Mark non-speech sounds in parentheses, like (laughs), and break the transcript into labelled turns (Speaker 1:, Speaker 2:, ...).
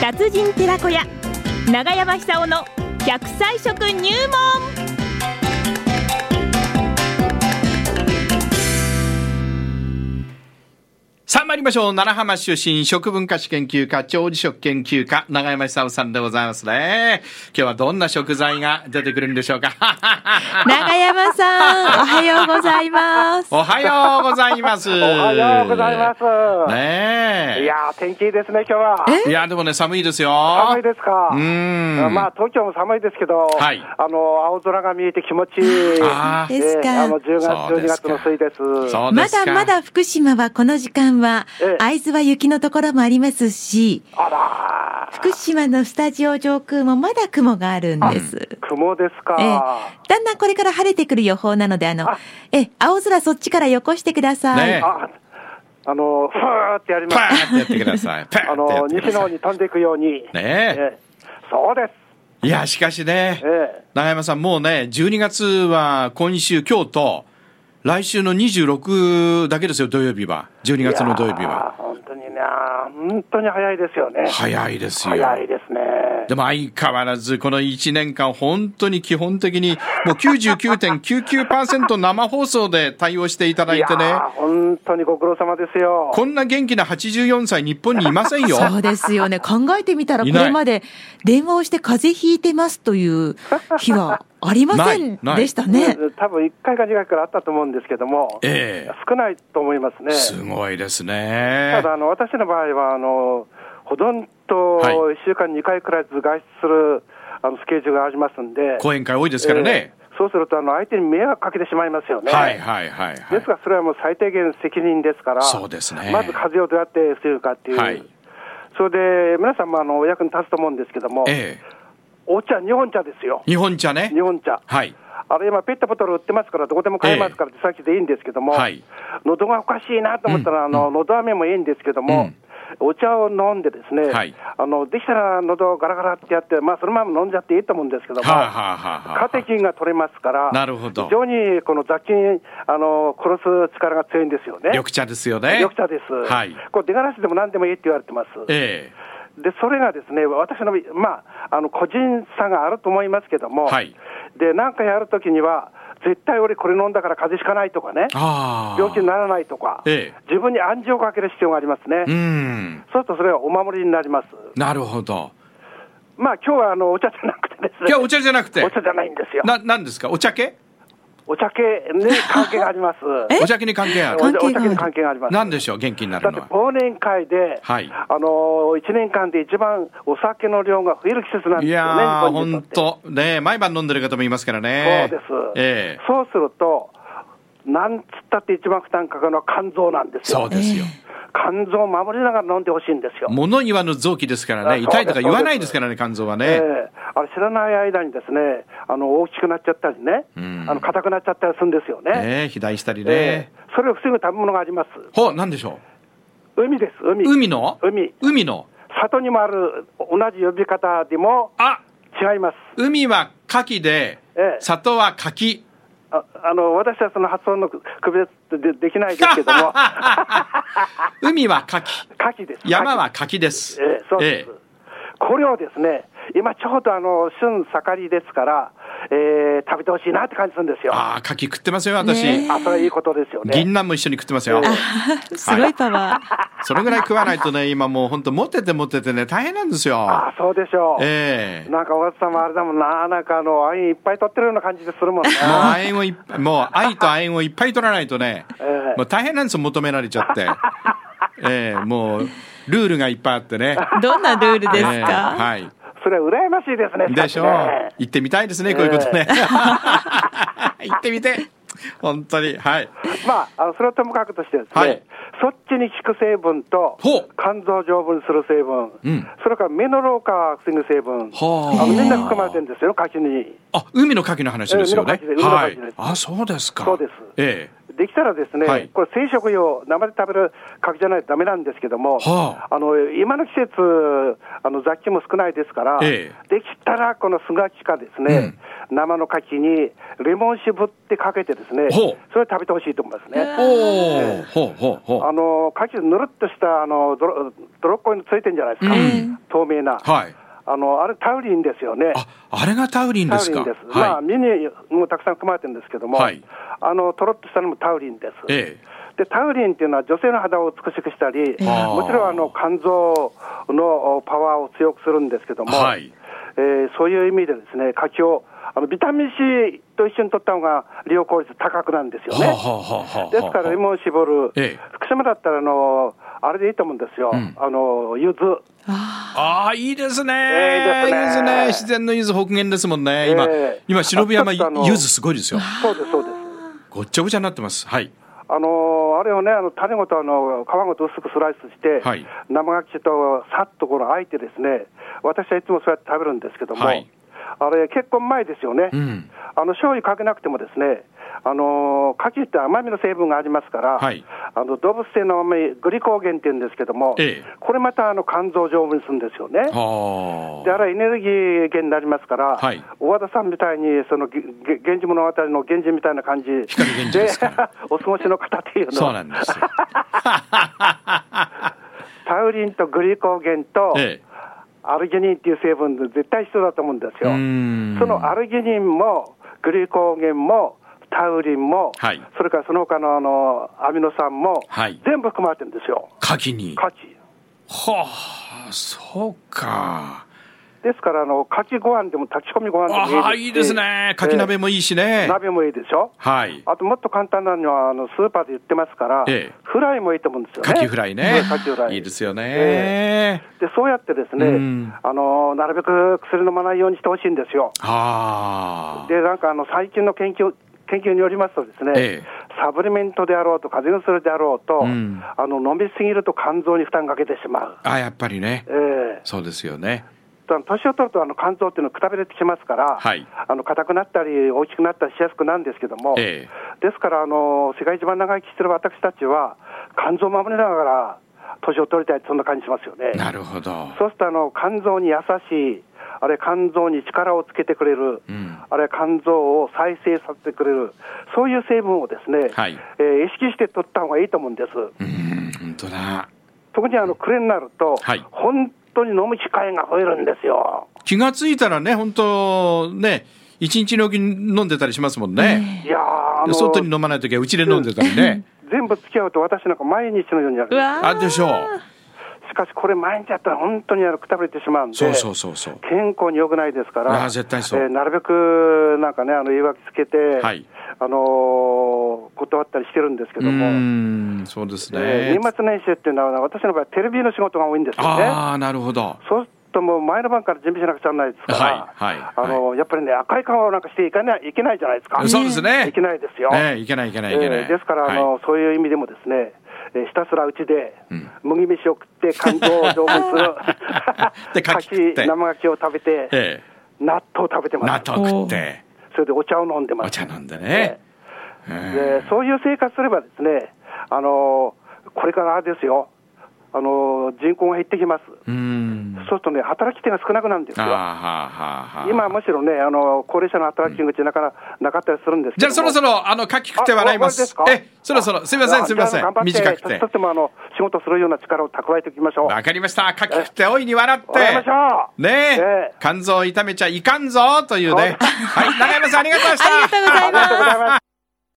Speaker 1: 達人寺子屋長山久夫の百歳食入門
Speaker 2: さあ参りましょう奈良浜出身食文化史研究家長寿食研究家永山久夫さんでございますね今日はどんな食材が出てくるんでしょうか (laughs)
Speaker 3: 長山さん、おはようござい
Speaker 4: (laughs)
Speaker 3: ます。
Speaker 2: おはようございますお
Speaker 4: おはようございます。
Speaker 2: ねえ
Speaker 4: いやー、天気いいですね、今日は。
Speaker 2: いやでもね寒いですよ
Speaker 4: 寒いですか。
Speaker 2: うーん
Speaker 4: まあ、東京も寒いですけど、
Speaker 2: はい
Speaker 4: あの、青空が見えて気持ちいい。
Speaker 2: あー
Speaker 4: え
Speaker 3: ですか
Speaker 4: あの、10月、
Speaker 2: そう
Speaker 4: 12
Speaker 2: です
Speaker 4: 月
Speaker 2: か
Speaker 4: の水です。
Speaker 2: そうで
Speaker 3: ます
Speaker 2: か
Speaker 3: だまだ福島はこの時間は
Speaker 4: ええ、
Speaker 3: 会津は雪のところもありますし、
Speaker 4: あら
Speaker 3: 福島のスタジオ上空もまだ雲があるんです。
Speaker 4: ー、雲ですか。
Speaker 3: ええ、だんだんこれから晴れてくる予報なので、あの、ええ、青空そっちからよこしてください。
Speaker 2: ねえ
Speaker 4: あ、あの、ふーってやりま
Speaker 2: パー
Speaker 4: す。
Speaker 2: ンってやってくださいパー
Speaker 4: (laughs) あ
Speaker 2: ンってや
Speaker 4: の、
Speaker 2: ってくだ
Speaker 4: 西の
Speaker 2: さ
Speaker 4: 方
Speaker 2: い
Speaker 4: に飛んでいくように。
Speaker 2: ねえ
Speaker 4: ええそうです。
Speaker 2: いやしかしね
Speaker 4: ええ
Speaker 2: 永山さん、もうね、12月は今週、今日と、来週の26だけですよ、土曜日は。12月の土曜日
Speaker 4: いやー
Speaker 2: は。
Speaker 4: 本当にね、本当に早いですよね。
Speaker 2: 早いですよ。
Speaker 4: 早いですね。
Speaker 2: でも相変わらず、この1年間、本当に基本的に、もう99.99%生放送で対応していただいて
Speaker 4: い
Speaker 2: ね
Speaker 4: や、ー本当にご苦労様ですよ。
Speaker 2: こんな元気な84歳、日本にいませんよ。
Speaker 3: そうですよ
Speaker 2: (laughs)
Speaker 3: ね。考えてみたら、こ
Speaker 2: いない
Speaker 3: れまで電話をして風邪ひいてますと
Speaker 2: (laughs)
Speaker 3: いう日はありません
Speaker 2: ないない
Speaker 3: でしたね。
Speaker 4: 多分1回か2回くらいあったと思うんですけども、
Speaker 2: ええ
Speaker 4: 少ないと思いますね。
Speaker 2: すごいですね
Speaker 4: た。だあの、私の場合はあの、ほとんど
Speaker 2: はい
Speaker 4: 1週間2回くらいずつ外出するあのスケジュールがありますんで、
Speaker 2: 講演会多いですからね。
Speaker 4: えーそうするとあの相手に迷惑かけてしまいますよね。
Speaker 2: はいはいはいは
Speaker 4: で
Speaker 2: い
Speaker 4: す。が、それはもう最低限責任ですから、
Speaker 2: そうですね
Speaker 4: まず風邪をどうやって防ぐかっていう、
Speaker 2: はい
Speaker 4: それで皆さんもあのお役に立つと思うんですけども、
Speaker 2: え
Speaker 4: お茶、日本茶ですよ
Speaker 2: え、日本茶ね
Speaker 4: 日。本茶。
Speaker 2: はい。
Speaker 4: あれ今、ペットボトル売ってますから、どこでも買えますからってさっきでいいんですけども、
Speaker 2: はい
Speaker 4: 喉がおかしいなと思ったら、あの喉飴もいいんですけども、お茶を飲んでですね、
Speaker 2: はい
Speaker 4: あのできたら喉をガラガラってやって、まあ、そのまま飲んじゃっていいと思うんですけども、
Speaker 2: はあ、はあはあはあ
Speaker 4: カテキンが取れますから、
Speaker 2: なるほど
Speaker 4: 非常にこの雑菌あの殺す力が強いんですよね。
Speaker 2: 緑茶ですよね。
Speaker 4: 緑茶です。
Speaker 2: はい。
Speaker 4: これ、出がらしでも何でもいいって言われてます。
Speaker 2: え
Speaker 4: で、それがですね、私の、まあ、あの、個人差があると思いますけども、
Speaker 2: はい
Speaker 4: で、なんかやるときには、絶対俺これ飲んだから風邪ひかないとかね
Speaker 2: え、ああ。
Speaker 4: 病気にならないとか、
Speaker 2: ええ
Speaker 4: 自分に暗示をかける必要がありますね。
Speaker 2: うん。
Speaker 4: そうするとそれはお守りになります。
Speaker 2: なるほど。
Speaker 4: まあ、今日はあの、お茶じゃなくてです
Speaker 2: い (laughs)
Speaker 4: ね。
Speaker 2: や、お茶じゃなくて。
Speaker 4: お茶じゃないんですよ。
Speaker 2: な、なんですかお茶系
Speaker 4: お茶系に関係があります。
Speaker 2: (laughs) お茶系に関係あ
Speaker 4: お
Speaker 2: る
Speaker 4: 茶
Speaker 3: 関係がある
Speaker 4: お茶系に関係があります。
Speaker 2: なんでしょう元気にな
Speaker 4: だ
Speaker 2: る
Speaker 4: って
Speaker 2: のは。
Speaker 4: 忘年会で、
Speaker 2: はい
Speaker 4: あの1年間で一番お酒の量が増える季節なん
Speaker 2: い
Speaker 4: ですよね、
Speaker 2: やー、
Speaker 4: 日本にと
Speaker 2: 本
Speaker 4: って
Speaker 2: 当ねえ毎晩飲んでる方もいますから
Speaker 4: そう
Speaker 2: ね。
Speaker 4: です、
Speaker 2: ええ
Speaker 4: そうすると、なんつったって一番負担かかるのは肝臓なんです
Speaker 2: そう
Speaker 4: よ、
Speaker 2: ですよ。
Speaker 4: 肝臓を守りながら飲んでほしいんですよ、
Speaker 2: 物言わぬ臓器ですから
Speaker 4: あ
Speaker 2: ね。
Speaker 4: そうです
Speaker 2: 痛いとか言わないですからね、肝臓は
Speaker 4: ええ
Speaker 2: ね。
Speaker 4: あれ知らない間にですねあの大きくなっちゃったりね、
Speaker 2: ん
Speaker 4: あの硬くなっちゃったりするんですよね、
Speaker 2: ねえ肥大したり
Speaker 4: え
Speaker 2: ね
Speaker 4: え。それを防ぐ食べ物があります、
Speaker 2: ほう、なんでしょ
Speaker 4: 海です、海、
Speaker 2: う海の
Speaker 4: 海
Speaker 2: 海の。
Speaker 4: 里にもある同じ呼び方でも
Speaker 2: あ
Speaker 4: 違います。
Speaker 2: 海は牡蠣で
Speaker 4: え、え
Speaker 2: 里は柿。
Speaker 4: ああの私はその発音の区別でできないですけども、
Speaker 2: 海は柿。
Speaker 4: 牡蠣です。
Speaker 2: 山は
Speaker 4: 牡
Speaker 2: 柿です。
Speaker 4: 蠣。ええそうで
Speaker 2: え
Speaker 4: す、これをですね、今ちょうどあの旬盛りですから、えー食べてほしいなって感じするんですよ。あ
Speaker 2: ああ、柿食ってますよ、私。
Speaker 3: ね
Speaker 4: それはいいことですよね。
Speaker 2: 銀杏も一緒に食ってますよ。
Speaker 3: すごいパワー。
Speaker 2: それぐらい食わないと
Speaker 4: (laughs)
Speaker 2: ね、今もう本当モテてモテてね、大変なんですよ。
Speaker 4: あそうでしょう。
Speaker 2: ええ
Speaker 4: なんか、おさんもあれだもんな、なんかあの、あいいっぱい取ってるような感じでするもんね。
Speaker 2: もう亜鉛をいっぱい、もう愛と亜鉛をいっぱい取らないとね、
Speaker 4: ええ
Speaker 2: もう大変なんですよ、求められちゃ
Speaker 4: (laughs)
Speaker 2: って。ええもう、ルールがいっぱいあってね。
Speaker 3: どんなルールですか、
Speaker 2: ええはい。
Speaker 4: それは羨ましいですね、
Speaker 2: でしょう
Speaker 4: しか。しね
Speaker 2: 行ってみたいですね、こういうことね。 (laughs) 行ってみて。本当に。はい。
Speaker 4: まあ、あのそれはともかくとしてですね、
Speaker 2: はい
Speaker 4: そっちに効く成分と
Speaker 2: ほう、
Speaker 4: 肝臓を丈夫にする成分、
Speaker 2: うん
Speaker 4: それから目の老化を防ぐ成分、
Speaker 2: はあ
Speaker 4: あのみんな含まれてるんですよ、柿に。
Speaker 2: あ、海の牡蠣の話ですよね
Speaker 4: ええ海の牡蠣で。海
Speaker 2: はい
Speaker 4: の牡蠣です。
Speaker 2: あ、そうですか。
Speaker 4: そうです
Speaker 2: ええ。
Speaker 4: できたらですね、
Speaker 2: はい
Speaker 4: これ、生食用、生で食べる柿じゃないとダメなんですけども、
Speaker 2: は
Speaker 4: あの今の季節、あの雑菌も少ないですから、
Speaker 2: え
Speaker 4: できたらこのスガキかですね、生の柿にレモン渋ってかけてですね、
Speaker 2: ほう
Speaker 4: それを食べてほしいと思いますね。
Speaker 2: おお、ほうほうほう。
Speaker 4: あの柿ぬるっとしたあの泥泥っこいのついてるんじゃないですか、
Speaker 2: うん
Speaker 4: 透明な、
Speaker 2: はい。
Speaker 4: あのあれ、タウリンですよね。
Speaker 2: あ、あれがタウリン
Speaker 4: タ
Speaker 2: で
Speaker 4: ウ
Speaker 2: す
Speaker 4: リ
Speaker 2: か。
Speaker 4: ンです。まあ、
Speaker 2: は
Speaker 4: ミニもたくさん含まれてるんですけども、
Speaker 2: はい
Speaker 4: あの、とろっとしたのもタウリンです。
Speaker 2: い。え
Speaker 4: で、タウリンっていうのは女性の肌を美しくしたり、
Speaker 2: え
Speaker 4: もちろんあの肝臓のおパワーを強くするんですけど
Speaker 2: え。
Speaker 4: も、
Speaker 2: はい。
Speaker 4: えーそういう意味でですね、柿を、あのビタミン C と一緒に取った方が利用効率高くなるんですよ
Speaker 2: はあ、は
Speaker 4: ね。
Speaker 2: あはあはあ。
Speaker 4: ですから、レモン絞る、
Speaker 2: ええ
Speaker 4: 福島だったらあの、あれでいいと思うんですよ、
Speaker 2: うん
Speaker 4: あの柚子。
Speaker 2: ああ、いいですね。
Speaker 4: ええいいですね
Speaker 2: いいですね。自然の柚子北限ですもんね。今
Speaker 4: ええ、
Speaker 2: 今、忍び山
Speaker 4: あちょっとあの
Speaker 2: 柚子すごいですよ。
Speaker 4: そうです、そうです。
Speaker 2: ごっちゃごちゃになってます。はい。
Speaker 4: あのーあれをね、あの種ごとあの皮ごと薄くスライスして、
Speaker 2: はい
Speaker 4: 生牡蠣とさっとこのあいてですね、私はいつもそうやって食べるんですけども、
Speaker 2: はい
Speaker 4: あれ、結婚前ですよね、
Speaker 2: うん。
Speaker 4: あの醤油かけなくてもですね、あのー牡蠣って甘みの成分がありますから、
Speaker 2: はい
Speaker 4: あの動物性の甘み、グリコーゲンっていうんですけども、
Speaker 2: ええ
Speaker 4: これまたあの肝臓を丈夫にするんですよね。
Speaker 2: は
Speaker 4: であ
Speaker 2: あ。
Speaker 4: れはエネルギー源になりますから、
Speaker 2: はい
Speaker 4: 大和田さんみたいに、そのげげ源氏物語の源氏みたいな感じ
Speaker 2: 光源氏ですから
Speaker 4: (laughs) お過ごしの方っていうの
Speaker 2: そう
Speaker 4: は、
Speaker 2: なんですよ。
Speaker 4: (laughs) タウリンとグリコーゲンと
Speaker 2: え
Speaker 4: アルギニンっていう成分で絶対必要だと思うんです
Speaker 2: え。う
Speaker 4: よ。
Speaker 2: ーん。
Speaker 4: そのアルギニンもグリコーゲンもタウリンも、
Speaker 2: はい
Speaker 4: それからその他のあのアミノ酸も、
Speaker 2: はい
Speaker 4: 全部含まれてるんですよ、
Speaker 2: 牡蠣に。
Speaker 4: 牡蠣。
Speaker 2: はあ、そうか。
Speaker 4: ですからあの、牡蠣ご飯でも炊き込みご飯で
Speaker 2: あ
Speaker 4: も
Speaker 2: あ、
Speaker 4: いい
Speaker 2: いい
Speaker 4: で
Speaker 2: です
Speaker 4: し
Speaker 2: すね。牡蠣鍋もいいし
Speaker 4: ええ
Speaker 2: ね。
Speaker 4: 鍋もいいでしょ。
Speaker 2: はい。
Speaker 4: あともっと簡単なのは、あのスーパーで売ってますから、
Speaker 2: ええ
Speaker 4: フライもいいと思うんですよね。
Speaker 2: 牡蠣フライね
Speaker 4: ええカキフラ。イ。
Speaker 2: いいですよ
Speaker 4: え
Speaker 2: ね。
Speaker 4: えで、そうやってですね、
Speaker 2: うん
Speaker 4: あの、なるべく薬飲まないようにしてほしいんですよ。
Speaker 2: ああ。
Speaker 4: で、なんかあの、最近の研究、研究によりますとですね、
Speaker 2: ええ
Speaker 4: サプリメントであろうと、風邪薬であろうと、
Speaker 2: うん
Speaker 4: あの、飲みすぎると肝臓に負担かけてしまう。
Speaker 2: あ、やっぱりね
Speaker 4: え。え
Speaker 2: そうですよね。
Speaker 4: あの年を取るとあの肝臓っていうのはくたびれてきますから、
Speaker 2: はい
Speaker 4: あの硬くなったり、大きくなったりしやすくなるんですけども、
Speaker 2: え
Speaker 4: ですからあの、世界一番長生きしてる私たちは、肝臓を守りながら年を取りたい、そんな感じしますよね。
Speaker 2: え。なるほど。
Speaker 4: そうするとあの肝臓に優しい、あるいは肝臓に力をつけてくれる、
Speaker 2: うん
Speaker 4: あるいは肝臓を再生させてくれる、そういう成分をですね、
Speaker 2: はい
Speaker 4: えー意識して取った方がいいと思うんです。
Speaker 2: うん、本当だ。
Speaker 4: 特にあの暮れになると、
Speaker 2: はい
Speaker 4: 本当に飲む機会が増えるんですよ。
Speaker 2: 気がついたらね、本当ね、一日のうちに飲んでたりしますもんね。
Speaker 4: いやーあの
Speaker 2: 外に飲まないときはうちで飲んでたりね。
Speaker 4: 全部付き合うと私なんか毎日のようにや
Speaker 3: う
Speaker 4: る。
Speaker 3: わー
Speaker 2: あ、でしょう。
Speaker 4: しかしこれ毎日やったら本当にあのくたびれてしまうんで。
Speaker 2: そうそうそうそう。
Speaker 4: 健康に良くないですから、
Speaker 2: あー絶対そう
Speaker 4: えーなるべくなんかね、あの言い訳つけて、
Speaker 2: はい
Speaker 4: あのー断ったりしてるんですけ
Speaker 2: う
Speaker 4: ども、
Speaker 2: ーん、そうです
Speaker 4: えー
Speaker 2: ね。
Speaker 4: 年末年始っていうのは、私の場合、テレビの仕事が多いんですよね。
Speaker 2: ああ、なるほど。
Speaker 4: そうするともう前の晩から準備しなくちゃならないですから、
Speaker 2: はいはい
Speaker 4: あのーやっぱりね、赤い顔なんかしていかないいけないじゃないですか、
Speaker 2: そうですね
Speaker 4: いけないですよ。
Speaker 2: ね、いけないいけないいけな
Speaker 4: え
Speaker 2: い。
Speaker 4: ーですから、あ
Speaker 2: はい
Speaker 4: のそういう意味でもですね、えーひたすらうちで、麦飯を食って、肝臓を丈夫にする
Speaker 2: (laughs) で、柿
Speaker 4: 柿 (laughs)
Speaker 2: 食って
Speaker 4: 生柿を食べて、
Speaker 2: え
Speaker 4: 納豆を食べて
Speaker 2: え、納
Speaker 4: ます。
Speaker 2: 豆食って、
Speaker 4: それでお茶を飲んでます。
Speaker 2: お茶飲んでね。
Speaker 4: え
Speaker 2: うん
Speaker 4: ーでそういう生活すればですね、あのーこれからですよ、あのー人口が減ってきます。
Speaker 2: うん。
Speaker 4: そうするとね、働き手が少なくなるんです
Speaker 2: ああ、は
Speaker 4: よ。
Speaker 2: あ、はあ、はあ。
Speaker 4: 今むしろね、あのー高齢者の働き口なかなかなかったりするんですけ
Speaker 2: じゃ
Speaker 4: ど
Speaker 2: あそろそ
Speaker 4: ろ
Speaker 2: ろ、あの、柿食って笑います。え、そろそろ、すみません、すみません。短くて
Speaker 4: とっ。てもあの仕事するような力を蓄えておきましょう。
Speaker 2: わかりました。柿食って大いに笑って。
Speaker 4: 笑いましょう
Speaker 2: ねえ
Speaker 4: ええ
Speaker 2: 肝臓を痛めちゃいかんぞというね。
Speaker 4: そう
Speaker 2: はい、中山さんありがとうございました。
Speaker 3: ありがとうございます
Speaker 4: ありがとうございます。